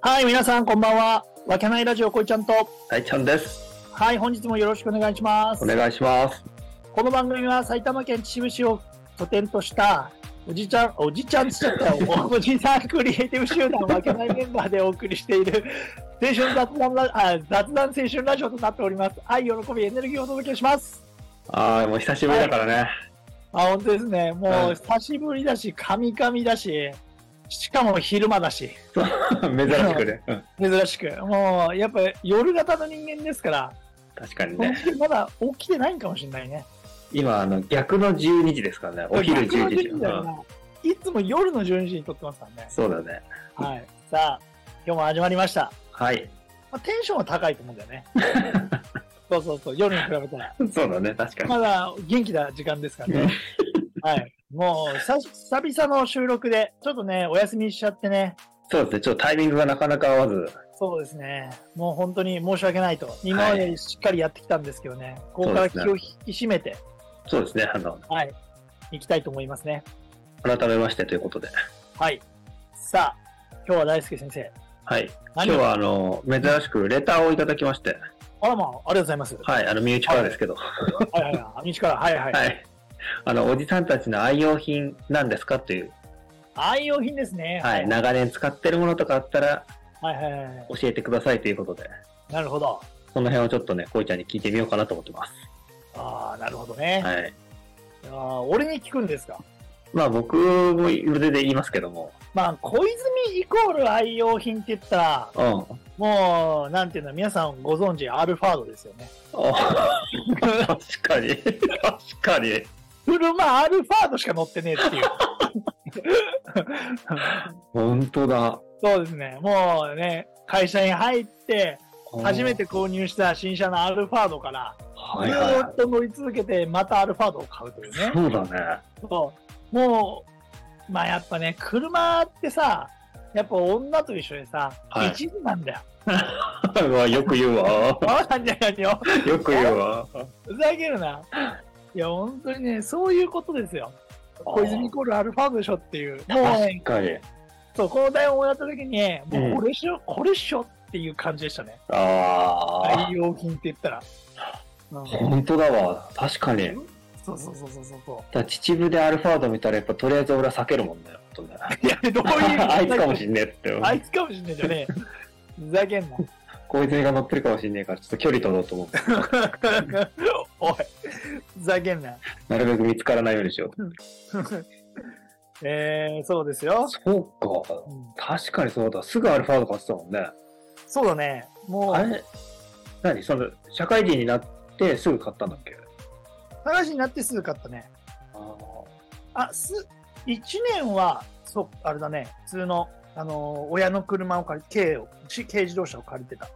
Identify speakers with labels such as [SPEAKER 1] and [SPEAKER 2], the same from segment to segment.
[SPEAKER 1] はい、皆さんこんばんは。わけないラジオこいちゃんと。
[SPEAKER 2] 大ちゃんです。
[SPEAKER 1] はい、本日もよろしくお願いします
[SPEAKER 2] お。願いします。
[SPEAKER 1] この番組は埼玉県秩父市を拠点とした、おじちゃん、おじちゃんつっちゃったよ。 おじさんクリエイティブ集団わけないメンバーでお送りしている、青春雑談ラ、あ、雑談青春ラジオとなっております。愛、喜び、エネルギーをお届けします。
[SPEAKER 2] ああ、もう久しぶりだからね。
[SPEAKER 1] あ、本当ですね。も
[SPEAKER 2] は
[SPEAKER 1] う
[SPEAKER 2] い
[SPEAKER 1] 久しぶりだし、カミカミだし、しかも昼間だし、
[SPEAKER 2] 珍しくね。うん
[SPEAKER 1] 珍しく。もう、やっぱ夜型の人間ですから、
[SPEAKER 2] 確かに
[SPEAKER 1] 本
[SPEAKER 2] ね。
[SPEAKER 1] 当にまだ起きてないんかもしれないね。
[SPEAKER 2] 今、あの、逆の12時ですからね。お昼
[SPEAKER 1] 逆の
[SPEAKER 2] 12時。
[SPEAKER 1] だよ
[SPEAKER 2] うん
[SPEAKER 1] な。いつも夜の12時に撮ってますからね。
[SPEAKER 2] そうだね。
[SPEAKER 1] はい。さあ、今日も始まりました。
[SPEAKER 2] はい。
[SPEAKER 1] まあ、テンションは高いと思うんだよ ね。そうそうそう、夜に比べたら。
[SPEAKER 2] そうだね。確かに。
[SPEAKER 1] まだ元気な時間ですからね。はい。もう、さ、久々の収録で、ちょっとね、お休みしちゃってね。
[SPEAKER 2] そうですね。ちょっとタイミングがなかなか合わず。
[SPEAKER 1] そうですね。もう本当に申し訳ないと。今までしっかりやってきたんですけどね。ここから気を引き締めて、
[SPEAKER 2] そうですね。あの、
[SPEAKER 1] はい。いきたいと思いますね。
[SPEAKER 2] 改めましてということで。
[SPEAKER 1] はい。さあ、今日は大輔先生。
[SPEAKER 2] はい。今
[SPEAKER 1] 何
[SPEAKER 2] 日
[SPEAKER 1] を
[SPEAKER 2] は、あの、珍しくレターをいただきまして。
[SPEAKER 1] あらまあ、ありがとうございます。は
[SPEAKER 2] はい。あの、身内からですけど。
[SPEAKER 1] いはいはい。身内から、はいはい。
[SPEAKER 2] はい。あの、おじさんたちの愛用品なんですかという。
[SPEAKER 1] 愛用品ですね。
[SPEAKER 2] はい。
[SPEAKER 1] はい
[SPEAKER 2] 長年使ってるものとかあったら
[SPEAKER 1] はいはいはい。
[SPEAKER 2] 教えてくださいということで。
[SPEAKER 1] なるほど。
[SPEAKER 2] その辺をちょっとね、こいちゃんに聞いてみようかなと思ってます。
[SPEAKER 1] ああ、なるほどね。
[SPEAKER 2] はい。
[SPEAKER 1] あー俺に聞くんですか。
[SPEAKER 2] まあ僕も腕で言いますけども、
[SPEAKER 1] まあ、小泉イコール愛用品って言ったら、
[SPEAKER 2] うん。
[SPEAKER 1] もう、なんていうの、皆さんご存知、アルファードですよ ね。
[SPEAKER 2] お確かに。 確かに。
[SPEAKER 1] 車アルファードしか乗ってねえっていう。
[SPEAKER 2] 本当だ。
[SPEAKER 1] そうですね。もうね、会社に入って、初め。て購入した新車のアルファードから、
[SPEAKER 2] はい
[SPEAKER 1] ず
[SPEAKER 2] は
[SPEAKER 1] ーっと乗り続けて、またアルファードを買うという
[SPEAKER 2] い。
[SPEAKER 1] ね。
[SPEAKER 2] そうだね。
[SPEAKER 1] そう。もう、まあやっぱね、車ってさ、やっぱ女と一緒でさ、
[SPEAKER 2] はい
[SPEAKER 1] 一途なんだよ。
[SPEAKER 2] うわよく言う わ。
[SPEAKER 1] あなんじゃないよ。
[SPEAKER 2] よく言うわ。
[SPEAKER 1] ふざけるな。いや、本当にね、そういうことですよ。小泉イコールアルファードでしょっていう。もう
[SPEAKER 2] 確
[SPEAKER 1] ね、
[SPEAKER 2] かに。
[SPEAKER 1] そう、この題をもらった時に、もううんこれっしょ、これっしょっていう感じでしたね。
[SPEAKER 2] ああ
[SPEAKER 1] 愛。用品って言ったら。うん
[SPEAKER 2] 本当だわ。確かに。
[SPEAKER 1] そうそうそうそうそうそ
[SPEAKER 2] だ秩父でアルファード見たらやっぱとりあえず俺は避けるもんだよ。本当ね
[SPEAKER 1] う。いや、 どういう
[SPEAKER 2] あいつかもしんねえって。
[SPEAKER 1] あいつかもしんねえじゃねえ。ふざけんな。
[SPEAKER 2] こいつが乗ってるかもしんねえから、ちょっと距離取ろうと思う。
[SPEAKER 1] おい、ふざけんな。
[SPEAKER 2] なるべく見つからないようにしよう。
[SPEAKER 1] えー、そうですよ、
[SPEAKER 2] そうか。
[SPEAKER 1] うん
[SPEAKER 2] 確かにそうだ。すぐアルファード買ってたもんね。
[SPEAKER 1] そうだね。も
[SPEAKER 2] あ
[SPEAKER 1] う、
[SPEAKER 2] れ何その、社会人になってすぐ買ったんだっけ
[SPEAKER 1] 話になってすぐ買ったね。
[SPEAKER 2] あ
[SPEAKER 1] あ、す、1年は、そう、あれだね。普通の、あのー、親の車を借りて、軽を、し軽自動車を借りてた。
[SPEAKER 2] あ。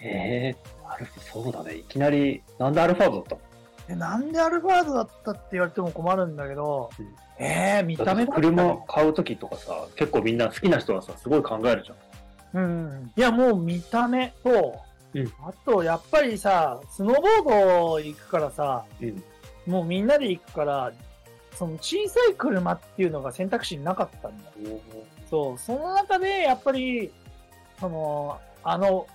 [SPEAKER 2] ええアルファ、そうだね。いきなり、なんでアルファードだったの
[SPEAKER 1] え、なんでアルファードだったって言われても困るんだけど、
[SPEAKER 2] うん
[SPEAKER 1] えー、見た目だったね
[SPEAKER 2] 車買うときとかさ、結構みんな好きな人はさ、すごい考えるじゃん。
[SPEAKER 1] うんうん。いや、もう見た目と、
[SPEAKER 2] うん
[SPEAKER 1] あと、やっぱりさ、スノーボード行くからさ、
[SPEAKER 2] うん。
[SPEAKER 1] もうみんなで行くから、その小さい車っていうのが選択肢になかったんだよ。そう、その中でやっぱり、その、あの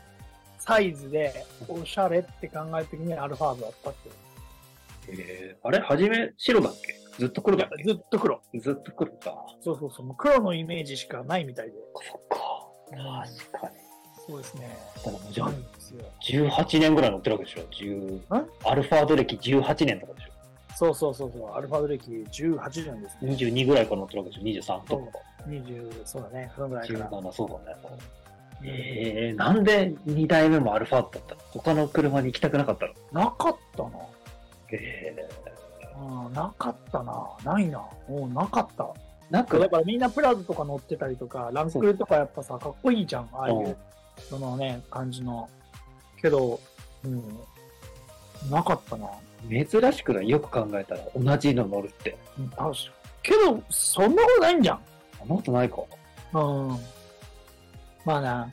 [SPEAKER 1] サイズでおしゃれって考えた時にアルファードだったっていう。
[SPEAKER 2] ええあれはじめ、白だっけずっと黒だっ
[SPEAKER 1] ずっと黒。
[SPEAKER 2] けずっと黒か。
[SPEAKER 1] そうそうそう、もう黒のイメージしかないみたいで。
[SPEAKER 2] そっか。確かに。
[SPEAKER 1] そうですね。
[SPEAKER 2] ただもう
[SPEAKER 1] そ
[SPEAKER 2] じゃ
[SPEAKER 1] う
[SPEAKER 2] あ
[SPEAKER 1] なんですよ
[SPEAKER 2] 18年ぐらい乗ってるわけでしょ10
[SPEAKER 1] ん
[SPEAKER 2] アルファード歴18年とかでしょ
[SPEAKER 1] そうそうそうそう、アルファード歴18年ですね。
[SPEAKER 2] 22ぐらいから乗ってるわけでしょ23とか
[SPEAKER 1] 20、そうだね、そのぐらいかな。
[SPEAKER 2] 17そうだね
[SPEAKER 1] うん
[SPEAKER 2] えー、なんで2代目もアルファードだったの他の車に行きたくなかったの
[SPEAKER 1] なかったな。
[SPEAKER 2] え
[SPEAKER 1] うん、なかったな。ないな。もうなかった。
[SPEAKER 2] ー、なんか、
[SPEAKER 1] だからみんなプラズとか乗ってたりとか、ランクルとかやっぱさ、かっこいいじゃん。ああいううんそのね、感じの。けど、うん、なかったな。
[SPEAKER 2] 珍しくないよく考えたら同じの乗るって
[SPEAKER 1] うん確かけど、そんなことないんじゃん。
[SPEAKER 2] そんなことないか
[SPEAKER 1] うん。まあな、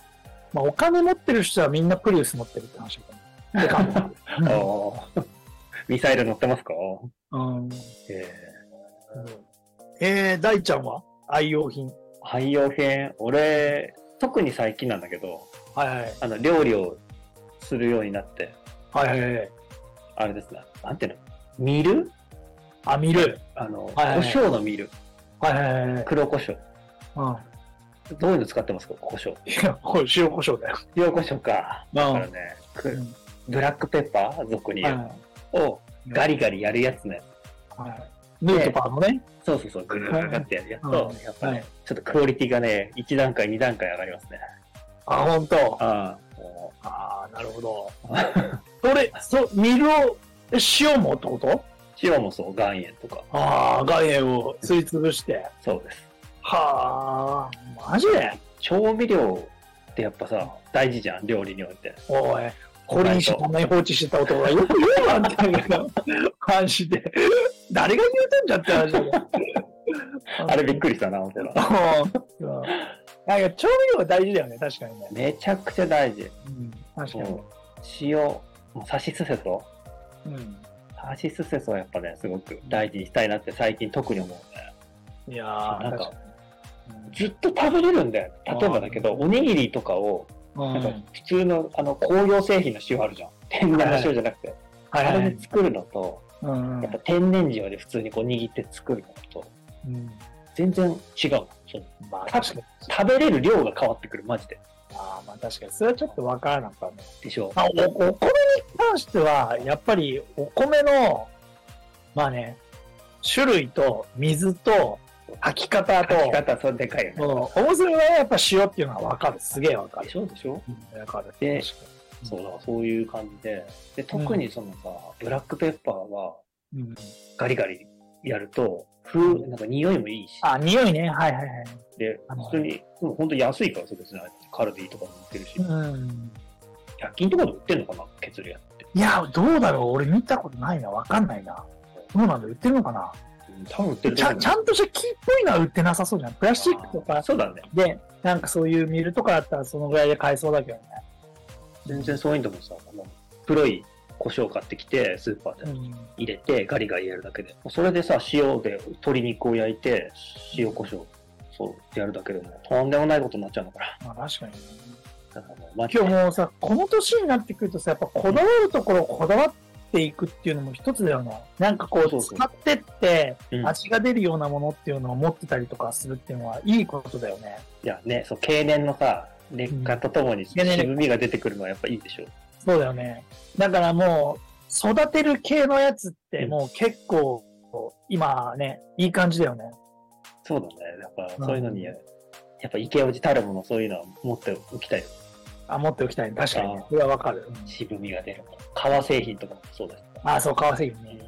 [SPEAKER 1] まあお金持ってる人はみんなプリウス持ってるって話だけど。って感
[SPEAKER 2] あー ミサイル乗ってますか
[SPEAKER 1] じ。 うん。
[SPEAKER 2] え
[SPEAKER 1] えー、大ちゃんは愛用品。
[SPEAKER 2] ー、汎用品俺特に最近なんだけど、
[SPEAKER 1] はいはい。
[SPEAKER 2] あの、料理をするようになって、
[SPEAKER 1] はいはいはい。
[SPEAKER 2] あれですね、なんていうの見る
[SPEAKER 1] あ、見る。
[SPEAKER 2] あの、
[SPEAKER 1] はいはいはい
[SPEAKER 2] 胡椒の見る。
[SPEAKER 1] はいはいはいはい。
[SPEAKER 2] 黒胡椒。
[SPEAKER 1] うん。
[SPEAKER 2] どういうの使ってますか胡椒。
[SPEAKER 1] いや、これ塩コショウだよ。
[SPEAKER 2] 洋胡椒か。
[SPEAKER 1] うん
[SPEAKER 2] だからね、く
[SPEAKER 1] うん
[SPEAKER 2] ブラックペッパー俗に
[SPEAKER 1] はい
[SPEAKER 2] 言う。をガリガリやるやつね。
[SPEAKER 1] はい。ヌートバーのね。
[SPEAKER 2] そうそうそう、ぐるぐるってやるやつと
[SPEAKER 1] うん、
[SPEAKER 2] やっぱ
[SPEAKER 1] は
[SPEAKER 2] ね
[SPEAKER 1] い、
[SPEAKER 2] ちょっとクオリティがね、1段階、2段階上がりますね。
[SPEAKER 1] あ、ほんと。
[SPEAKER 2] あ
[SPEAKER 1] ああ、なるほど。俺、 そう、ミルを、え塩もってこと
[SPEAKER 2] 塩もそう、岩塩とか。
[SPEAKER 1] ああ、岩塩をすりつぶして。
[SPEAKER 2] そうです。
[SPEAKER 1] はあ、マジで
[SPEAKER 2] 調味料ってやっぱさ、大事じゃん、料理において。
[SPEAKER 1] おい、コリン氏こんなに放置してた男がよく言うわ、みたいな感じで。誰が言うてんじゃんって話だ よ
[SPEAKER 2] あれびっくりしたな、本当に
[SPEAKER 1] うんうんなんか調味料が大事だよね、確かにね。
[SPEAKER 2] めちゃくちゃ大事。
[SPEAKER 1] うん、確か
[SPEAKER 2] も
[SPEAKER 1] に
[SPEAKER 2] う。塩、もうさしすせそ
[SPEAKER 1] うん
[SPEAKER 2] さしすせそはやっぱね、すごく大事にしたいなって最近特に思うね。
[SPEAKER 1] いやー、
[SPEAKER 2] なんか
[SPEAKER 1] 確に
[SPEAKER 2] ずっと食べれるんだよ。例えばだけど、
[SPEAKER 1] あー
[SPEAKER 2] おにぎりとかを、
[SPEAKER 1] うん
[SPEAKER 2] なんか普通のあの工業製品の塩あるじゃん。天然の塩じゃなくて。
[SPEAKER 1] はいは
[SPEAKER 2] あ
[SPEAKER 1] いは
[SPEAKER 2] れ
[SPEAKER 1] い
[SPEAKER 2] で作るのと、
[SPEAKER 1] うん
[SPEAKER 2] やっぱ天然塩で普通にこう握って作るのと、
[SPEAKER 1] うん
[SPEAKER 2] 全然違うの。そう
[SPEAKER 1] まあ確かに。
[SPEAKER 2] 食べれる量が変わってくる、マジで。
[SPEAKER 1] あーまあ確かに。それはちょっとわからなかったね。
[SPEAKER 2] でしょ
[SPEAKER 1] まあ、おお米に関しては、やっぱりお米の、まあね、種類と水と炊き方と、
[SPEAKER 2] 書き方、それでかい
[SPEAKER 1] うん
[SPEAKER 2] よね。
[SPEAKER 1] 面白いのはやっぱ塩っていうのはわかる。すげえわか
[SPEAKER 2] で
[SPEAKER 1] る。
[SPEAKER 2] しょでしょ
[SPEAKER 1] うんわかる。
[SPEAKER 2] で
[SPEAKER 1] 確かうん
[SPEAKER 2] そうだ、そういう感じで。で、特にそのさ、ブラックペッパーは
[SPEAKER 1] にうん
[SPEAKER 2] ガリガリやると、風、なんか匂いもいいし。
[SPEAKER 1] あ、匂いね。はいはいはい。
[SPEAKER 2] で、
[SPEAKER 1] あの
[SPEAKER 2] 普通に、もう本当安いからそうですね。カルディとかも売ってるし。
[SPEAKER 1] うん。
[SPEAKER 2] 100均とかで売ってんのかな削るやつって。
[SPEAKER 1] いや、どうだろう。俺見たことないな。わかんないな。どうなんだ売ってるのかな
[SPEAKER 2] うん多分売ってる
[SPEAKER 1] ち
[SPEAKER 2] と
[SPEAKER 1] ゃ
[SPEAKER 2] 思
[SPEAKER 1] ん
[SPEAKER 2] う
[SPEAKER 1] ちゃんとした木っぽいのは売ってなさそうじゃん。プラスチックと
[SPEAKER 2] あ
[SPEAKER 1] か
[SPEAKER 2] そうだね。
[SPEAKER 1] で、なんかそういうミルとかだったらそのぐらいで買えそうだけどね。
[SPEAKER 2] 全然そういうのもさ、あの、黒い胡椒買ってきて、スーパーで
[SPEAKER 1] うん。
[SPEAKER 2] 入れて、ガリガリやるだけで。もうそれでさ、塩で鶏肉を焼いて、塩胡椒、そう、やるだけでも、とんでもないことになっちゃうのか
[SPEAKER 1] まあ確かにね。
[SPEAKER 2] な。だからもう、マジ
[SPEAKER 1] 今日
[SPEAKER 2] で。
[SPEAKER 1] もうさ、この年になってくるとさ、やっぱこだわるところをこだわっていくっていうのも一つだよね。なんかこ
[SPEAKER 2] そう
[SPEAKER 1] う、
[SPEAKER 2] そう
[SPEAKER 1] 使ってって
[SPEAKER 2] うん
[SPEAKER 1] 味が出るようなものっていうのを持ってたりとかするっていうのはいいことだよね。
[SPEAKER 2] いや、ね、そう、経年のさ、劣化とともに、
[SPEAKER 1] 経年劣化
[SPEAKER 2] 渋みが出てくるのはやっぱいいでしょ。
[SPEAKER 1] そうだよね。だからもう、育てる系のやつってもう結構、今ね、いい感じだよね。
[SPEAKER 2] そうだね。だから、
[SPEAKER 1] うん
[SPEAKER 2] そういうのに、やっぱ、池落ちたるもの、そういうのは持っておきたいよ。
[SPEAKER 1] あ、持っておきたいね。確かに
[SPEAKER 2] あ
[SPEAKER 1] ね
[SPEAKER 2] ー。
[SPEAKER 1] それはわかる。うん
[SPEAKER 2] 渋みが出るもの。皮製品とかもそうだし。
[SPEAKER 1] あ、そう、革製品
[SPEAKER 2] う
[SPEAKER 1] ね。
[SPEAKER 2] ん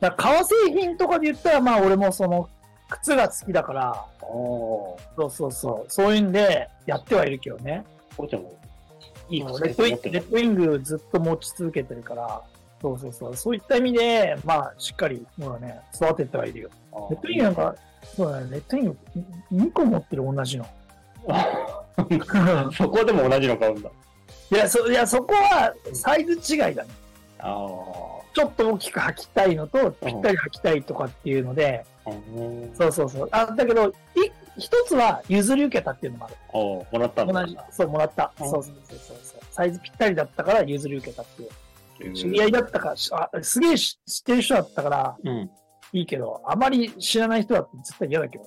[SPEAKER 1] だから革製品とかで言ったら、まあ俺もその、靴が好きだから、
[SPEAKER 2] おー。
[SPEAKER 1] そうそうそう、そういうんでやってはいるけどね。
[SPEAKER 2] こうちゃんも、いい
[SPEAKER 1] もう
[SPEAKER 2] 靴
[SPEAKER 1] レッドウィ
[SPEAKER 2] 持って
[SPEAKER 1] ン
[SPEAKER 2] る
[SPEAKER 1] レッドウィングずっと持ち続けてるから、そうそうそう、そういった意味で、まあしっかり、もうね、育ててはいるよ。
[SPEAKER 2] あー
[SPEAKER 1] レッドウィングなんか、そうだね、レッドウィング2個持ってる同じの。
[SPEAKER 2] そこでも同じの買うんだ。
[SPEAKER 1] いや、そ、いや、そこはサイズ違いだね。
[SPEAKER 2] あ
[SPEAKER 1] ちょっと大きく履きたいのと、ぴったり履きたいとかっていうので、
[SPEAKER 2] あ。
[SPEAKER 1] そうそうそう。あ、だけど、い一つは譲り受けたっていうのもある。
[SPEAKER 2] おもらったんだ。
[SPEAKER 1] 同じ。そう、もらった。
[SPEAKER 2] う
[SPEAKER 1] そ
[SPEAKER 2] ん
[SPEAKER 1] うそうそうそうそう。サイズぴったりだったから譲り受けたっていう。
[SPEAKER 2] うん
[SPEAKER 1] 知り合いだったから、しあすげえ知知ってる人だったから
[SPEAKER 2] うん。
[SPEAKER 1] いいけど、あまり知らない人だって絶対嫌だけど。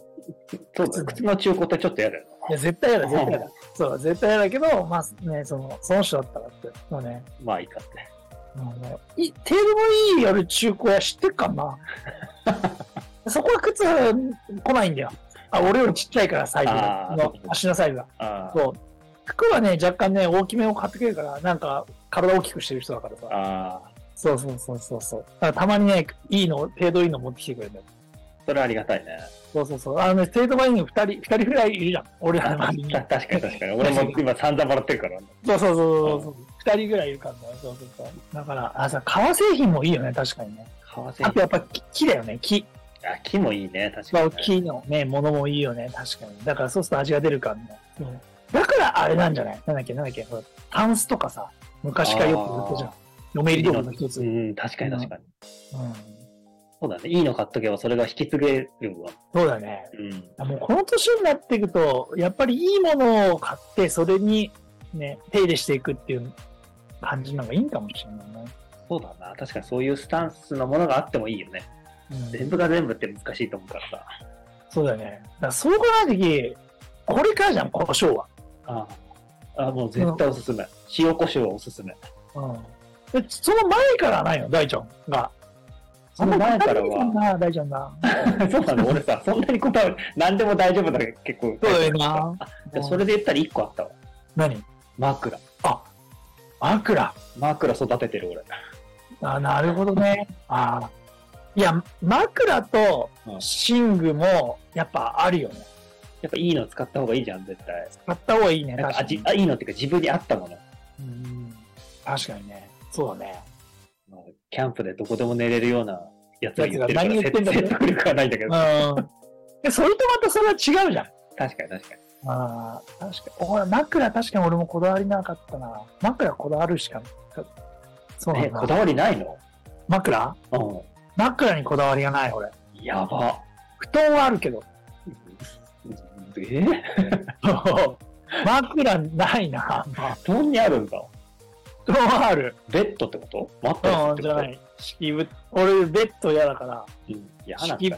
[SPEAKER 2] そうだね。靴の中古ってちょっとやだよな。
[SPEAKER 1] いや、絶対嫌だ、絶対嫌だ。そう、絶対嫌だけど、まあね、その、その人だったらって。まあね、
[SPEAKER 2] まあいいかって。
[SPEAKER 1] もうねい程度のいい夜中古屋知ってっか な。そこは靴来ないんだよ。あ、俺よりちっちゃいから、サイズ
[SPEAKER 2] あ
[SPEAKER 1] が。
[SPEAKER 2] ー
[SPEAKER 1] の足のサイズが。
[SPEAKER 2] あ
[SPEAKER 1] そう。服はね、若干ね、大きめを買ってくれるから、なんか、体大きくしてる人だからさ。
[SPEAKER 2] ああ。
[SPEAKER 1] そうそうそうそうそう。だからたまにね、いいの、程度いいの持ってきてくれるんだよ。
[SPEAKER 2] それはありがたいね。
[SPEAKER 1] そうそうそう。あのね、ステートバイング二人、二人ぐらいいるじゃん。俺らの周りに。
[SPEAKER 2] た確かに確かに。俺も今散々もらってるから。
[SPEAKER 1] そうそうそうそう。 二人ぐらいいるからね。そうそうそう。だから、あ、さ、革製品もいいよね、確かにね。
[SPEAKER 2] 革製
[SPEAKER 1] あと
[SPEAKER 2] 品。
[SPEAKER 1] やっぱ木木だよね、木。
[SPEAKER 2] あ、木もいいね。確
[SPEAKER 1] まあ、
[SPEAKER 2] かに。
[SPEAKER 1] 木のね、ものもいいよね、確かに。だからそうすると味が出るからね。うんだからあれなんじゃないなんだっけ、なんだっけ、ほらタンスとかさ、昔からよく売ってたじゃん。嫁入り道具の一つ。
[SPEAKER 2] う
[SPEAKER 1] うん。
[SPEAKER 2] ん、確かに確かに。そうだね。いいの買っとけばそれが引き継げるわ。
[SPEAKER 1] そうだね。
[SPEAKER 2] うん。
[SPEAKER 1] もうこの年になっていくと、やっぱりいいものを買って、それにね、手入れしていくっていう感じの方がいいんかもしれないね。
[SPEAKER 2] そうだな。確かにそういうスタンスのものがあってもいいよね。
[SPEAKER 1] うん
[SPEAKER 2] 全部が全部って難しいと思うからさ。
[SPEAKER 1] そうだね。だからそう考えたとき、これからじゃん、胡椒は。
[SPEAKER 2] ああ。あもう絶対おすすめ。塩コショウおすすめ。
[SPEAKER 1] うん。でその前からないの、大ちゃんが。
[SPEAKER 2] その前から
[SPEAKER 1] あんま
[SPEAKER 2] は。
[SPEAKER 1] り大ちゃんが。
[SPEAKER 2] そうなの俺さ、そんなにこだわる。何でも大丈夫だけど結構。
[SPEAKER 1] そうだよ な。
[SPEAKER 2] いやそれで言ったら1個あったわ。
[SPEAKER 1] 何
[SPEAKER 2] 枕。
[SPEAKER 1] 枕。
[SPEAKER 2] 枕育ててる俺。
[SPEAKER 1] あなるほどね。あいや、枕と
[SPEAKER 2] うん
[SPEAKER 1] 寝具もやっぱあるよね。
[SPEAKER 2] やっぱいいの使った方がいいじゃん、絶対。
[SPEAKER 1] 買った方がいいね、
[SPEAKER 2] なん
[SPEAKER 1] 確
[SPEAKER 2] か
[SPEAKER 1] か
[SPEAKER 2] あじ
[SPEAKER 1] に。
[SPEAKER 2] あ、いいのっていうか自分に合ったもの。
[SPEAKER 1] うん確かにね。そうだね。
[SPEAKER 2] キャンプでどこでも寝れるようなやつが言ってるから、
[SPEAKER 1] やつが何言ってんだろう
[SPEAKER 2] 説得力はないんだけど。
[SPEAKER 1] うん。でそれとまたそれは違うじゃん。
[SPEAKER 2] 確かに確かに。
[SPEAKER 1] ああ、確かに。お枕確かに俺もこだわりなかったな。枕こだわるしかなかった。そうな
[SPEAKER 2] え、
[SPEAKER 1] ん
[SPEAKER 2] こ
[SPEAKER 1] だ。
[SPEAKER 2] だわりないの
[SPEAKER 1] 枕
[SPEAKER 2] う
[SPEAKER 1] 枕にこだわりがない、俺。
[SPEAKER 2] ん。やば。
[SPEAKER 1] 布団はあるけど。
[SPEAKER 2] え
[SPEAKER 1] 枕ないな。
[SPEAKER 2] 布団にあるんだ。
[SPEAKER 1] 布団はある。
[SPEAKER 2] ベッドってことマットレス
[SPEAKER 1] う
[SPEAKER 2] っ
[SPEAKER 1] ん、
[SPEAKER 2] て
[SPEAKER 1] じ
[SPEAKER 2] こ
[SPEAKER 1] ゃ
[SPEAKER 2] と
[SPEAKER 1] ない。敷布、俺、ベッド嫌だから。
[SPEAKER 2] うん嫌なんだ。
[SPEAKER 1] 敷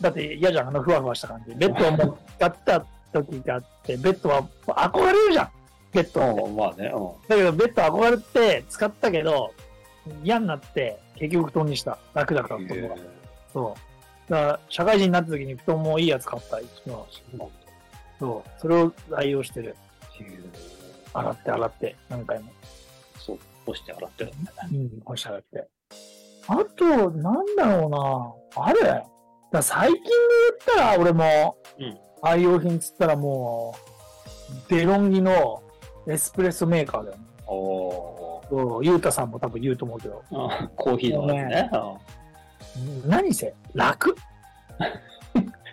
[SPEAKER 1] だって嫌じゃん、あのふわふわした感じ。ベッドをもう使った時があって、ベッドは憧れるじゃん。ベッドは
[SPEAKER 2] うん、まあね、うん。
[SPEAKER 1] だけど、ベッド憧れて使ったけど、嫌になって、結局布団にした。楽だから、布団が。そう。だから、社会人になった時に布団もいいやつ買った。そうそう。それを愛用してる。洗って洗って、何回も。
[SPEAKER 2] そう、干して洗ってる。
[SPEAKER 1] うん、干し洗って。あと、なんだろうな。あれだから最近で言ったら、俺も、
[SPEAKER 2] うん
[SPEAKER 1] 愛用品っつったらもう、デロンギのエスプレッソメーカーだよね。
[SPEAKER 2] おー
[SPEAKER 1] そう、ゆうたさんも多分言うと思うけど。
[SPEAKER 2] うんコーヒーのやつね。うん
[SPEAKER 1] 何せ楽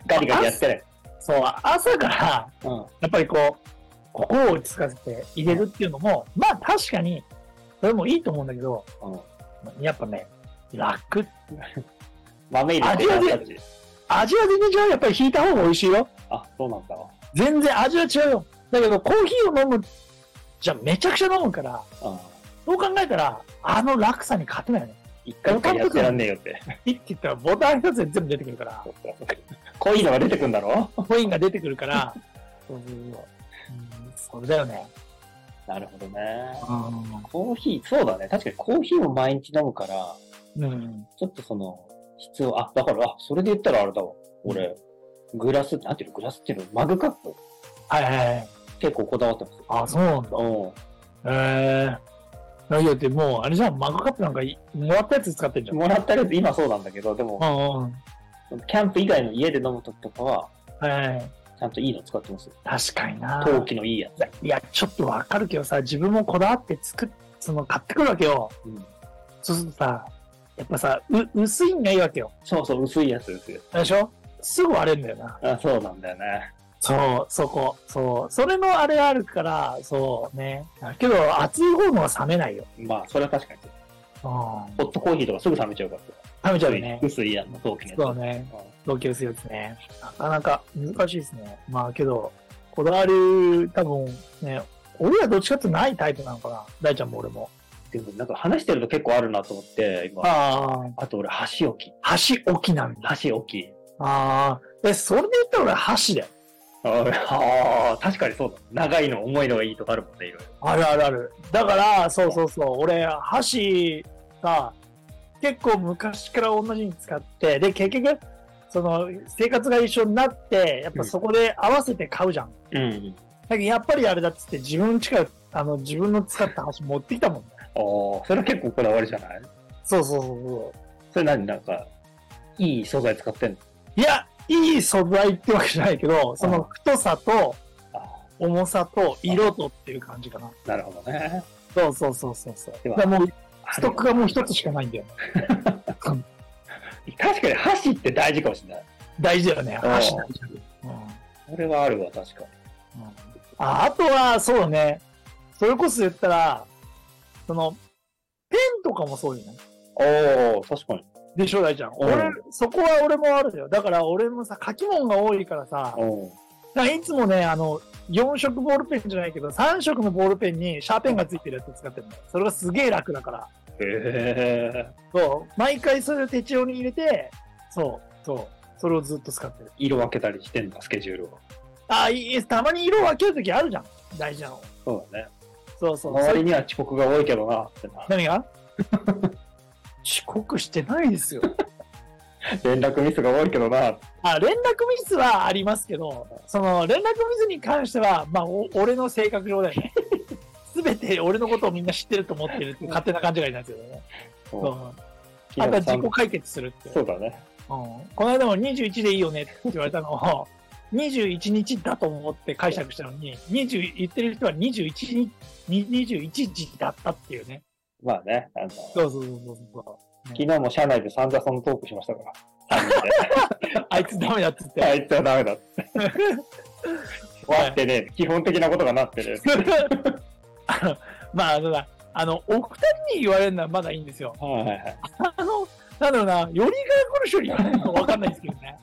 [SPEAKER 2] ガリガリやってる。
[SPEAKER 1] そう朝から
[SPEAKER 2] うん。
[SPEAKER 1] やっぱりこう心を落ち着かせて入れるっていうのもまあ確かにそれもいいと思うんだけど
[SPEAKER 2] うん
[SPEAKER 1] やっぱね楽
[SPEAKER 2] 豆入れて
[SPEAKER 1] 味は
[SPEAKER 2] 感じ
[SPEAKER 1] 味は全然違うやっぱり引いた方が美味しいよ
[SPEAKER 2] あ、そうなんだ。
[SPEAKER 1] 全然味は違うよだけどコーヒーを飲むじゃあめちゃくちゃ飲むから
[SPEAKER 2] うん
[SPEAKER 1] そう考えたらあの楽さに勝てないよね
[SPEAKER 2] 一回一回やってらんねえよって。
[SPEAKER 1] ピッて言ったらボタン一つで全部出てくるから
[SPEAKER 2] こういうのが出てくんだろ
[SPEAKER 1] コインが出てくるからそうそうそううんそれだよね
[SPEAKER 2] なるほどね。コーヒー、そうだね。確かにコーヒーも毎日飲むから、
[SPEAKER 1] うん
[SPEAKER 2] ちょっとその、質を、あ、だから、あ、それで言ったらあれだわ。俺、グラス、なんていうの、グラスっていうの、マグカップ
[SPEAKER 1] はいはいはい
[SPEAKER 2] 結構こだわってますよ。
[SPEAKER 1] あ、そうなんだ。
[SPEAKER 2] うん。
[SPEAKER 1] へえー。いや、でもう、あれじゃん、マグカップなんかいもらったやつ使ってんじゃん。
[SPEAKER 2] もらったやつ、今そうなんだけど、でも、
[SPEAKER 1] うんうん。
[SPEAKER 2] キャンプ以外の家で飲むときとかは、
[SPEAKER 1] はい。
[SPEAKER 2] ちゃんといいの使ってますよ。
[SPEAKER 1] 確かにな。
[SPEAKER 2] 陶器のいいやつ。
[SPEAKER 1] いや、ちょっとわかるけどさ、自分もこだわって作っ、その、買ってくるわけよ。
[SPEAKER 2] うん
[SPEAKER 1] そうするとさ、やっぱさ、う薄いんがいいわけよ。
[SPEAKER 2] そうそう、薄いやつですよ。
[SPEAKER 1] でしょすぐ割れるんだよな。
[SPEAKER 2] あ、そうなんだよね。
[SPEAKER 1] そう、そこ。そう。それのあれがあるから、そうね。だけど、熱い方のは冷めないよ。
[SPEAKER 2] まあ、それは確かに。
[SPEAKER 1] うん。
[SPEAKER 2] ホットコーヒーとかすぐ冷めちゃうから。
[SPEAKER 1] 冷めちゃうよね。
[SPEAKER 2] 薄いやつ、陶器の
[SPEAKER 1] そ
[SPEAKER 2] や
[SPEAKER 1] う
[SPEAKER 2] つ。
[SPEAKER 1] ね。
[SPEAKER 2] うん
[SPEAKER 1] 同級生ですね。なかなか難しいですね。まあけど、こだわり、多分ね、俺らどっちかってないタイプなのかな。大ちゃんも俺も。
[SPEAKER 2] でもなんか話してると結構あるなと思って、今。あ
[SPEAKER 1] あ
[SPEAKER 2] と俺、箸置き。
[SPEAKER 1] あ。箸置きなんだ。
[SPEAKER 2] 箸置き。
[SPEAKER 1] ああ。え、それで言ったら俺箸だよ。
[SPEAKER 2] ああ、確かにそうだ。長いの、重いのがいいとかあるもんね、いろい
[SPEAKER 1] あるあるある。だから、そうそうそう。俺、箸が結構昔から同じに使って、で、結局、その生活が一緒になって、やっぱそこで合わせて買うじゃん。だ
[SPEAKER 2] ろ。うん。
[SPEAKER 1] けどやっぱりあれだっつって自分の力、あの自分の使った箸持ってきたもん。
[SPEAKER 2] ああ、それ結構こだわりじゃない
[SPEAKER 1] そうそうそうそ
[SPEAKER 2] それ何なんか、いい素材使ってんの
[SPEAKER 1] う。いや、いい素材ってわけじゃないけど、その太さと
[SPEAKER 2] あ
[SPEAKER 1] 重さと色とっていう感じかな。
[SPEAKER 2] あ、なるほどね。
[SPEAKER 1] そうそうそうそうそう。
[SPEAKER 2] で
[SPEAKER 1] だ
[SPEAKER 2] は
[SPEAKER 1] からもう、ストックがもう一つしかないんだよ、ね。
[SPEAKER 2] 確かに箸って大事かもしれない。
[SPEAKER 1] 大事だよね。
[SPEAKER 2] うん
[SPEAKER 1] 箸大事だよ、うんうん
[SPEAKER 2] それはあるわ、確かに。
[SPEAKER 1] あ。あとは、そうね。それこそ言ったら、その、ペンとかもそうじゃない
[SPEAKER 2] おお、確かに。
[SPEAKER 1] でしょ、大ちゃん。
[SPEAKER 2] ん
[SPEAKER 1] 俺、そこは俺もあるよ。だから俺もさ、書き物が多いからさ、
[SPEAKER 2] うん。
[SPEAKER 1] だからいつもね、あの、4色ボールペンじゃないけど、3色のボールペンにシャーペンがついてるやつ使ってるの。それがすげえ楽だから。
[SPEAKER 2] へえ。
[SPEAKER 1] そう。毎回それを手帳に入れて、そう、そう。それをずっと使ってる。
[SPEAKER 2] 色分けたりしてんだ、スケジュールを。
[SPEAKER 1] あ、いい、たまに色を分けるときあるじゃん。大事なの。
[SPEAKER 2] そうだね。
[SPEAKER 1] そうそう。
[SPEAKER 2] 周りには遅刻が多いけどな、ってな。
[SPEAKER 1] 何が 遅刻してないですよ。
[SPEAKER 2] 連絡ミスが多いけどな。
[SPEAKER 1] あ、連絡ミスはありますけど、その連絡ミスに関しては、まあ、お俺の性格上だよね。 すべて俺のことをみんな知ってると思ってるって勝手な勘違いなんですけどね。
[SPEAKER 2] そう
[SPEAKER 1] そうあ
[SPEAKER 2] 昨
[SPEAKER 1] とは
[SPEAKER 2] 日
[SPEAKER 1] 自己
[SPEAKER 2] 散
[SPEAKER 1] 解決するって。
[SPEAKER 2] そうだね。
[SPEAKER 1] うんこの間も21でいいよねって言われたのを、21日だと思って解釈したのに、20言ってる人は21にに21時だったっていうね。
[SPEAKER 2] まあね、あの、昨
[SPEAKER 1] そうそうそうそうそ
[SPEAKER 2] 日も社内で散々そのトークしましたから。
[SPEAKER 1] う。あいつダメだっつって。
[SPEAKER 2] あいつはダメ だ。終わってね、基本的なことがなってる。
[SPEAKER 1] あの まあ、あのな、あの、お二人に言われるのはまだいいんですよ。
[SPEAKER 2] はいはいはい。
[SPEAKER 1] あの、なんだろうな、よりが来る人に言われるのかわかんないですけどね。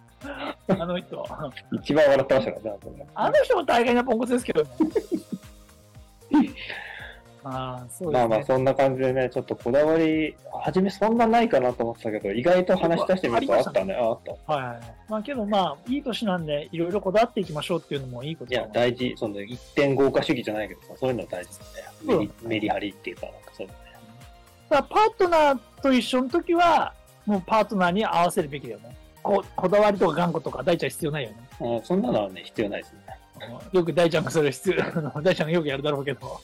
[SPEAKER 1] あの人。
[SPEAKER 2] 一番笑ってましたからね、あとね
[SPEAKER 1] あの人も大概なポンコツですけどね。まあ、そうですね。
[SPEAKER 2] まあまあ、そんな感じでね、ちょっとこだわり、初めそんなないかなと思ってたけど、意外と話し出してみるとあったね。ああった。
[SPEAKER 1] はいはいはい。まあけどまあ、いい年なんで、いろいろこだわっていきましょうっていうのもいいこと
[SPEAKER 2] い
[SPEAKER 1] だ
[SPEAKER 2] や
[SPEAKER 1] も、ん
[SPEAKER 2] 大事、その一点豪華主義じゃないけどさ、そういうのは大事ですね。メリ,、メリハリっていうか、なんかそういうのね。
[SPEAKER 1] だからパートナーと一緒の時は、もうパートナーに合わせるべきだよね。ここだわりとか頑固とか大ちゃん必要ないよね。
[SPEAKER 2] あそんなのはね、必要な いですね。
[SPEAKER 1] よく大ちゃんがそれを必要、 あの大ちゃんがよくやるだろう けど。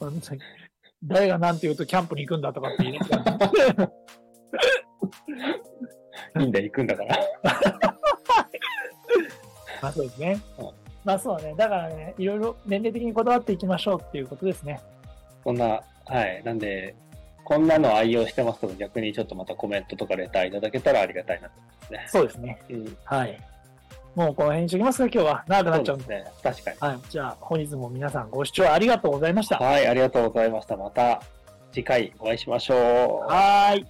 [SPEAKER 1] 本当に誰がなんて言うとキャンプに行くんだとかって言いなが ら
[SPEAKER 2] いいんだ、行くんだから。
[SPEAKER 1] まあそうですね
[SPEAKER 2] うん。
[SPEAKER 1] まあそうね。だからね、いろいろ年齢的にこだわっていきましょうっていうことですね。
[SPEAKER 2] そんな、はい。なんで、こんなの愛用してますとか、逆にちょっとまたコメントとかレターいただけたらありがたいなと思いますね。
[SPEAKER 1] そうですね。
[SPEAKER 2] うん、
[SPEAKER 1] はい。もうこの辺にしときますか、今日は。長くなっちゃ
[SPEAKER 2] そううんで
[SPEAKER 1] で。
[SPEAKER 2] すね。確かに。
[SPEAKER 1] はい。じゃあ、本日も皆さんご視聴ありがとうございました。
[SPEAKER 2] はい、ありがとうございました。また次回お会いしましょう。
[SPEAKER 1] はーい。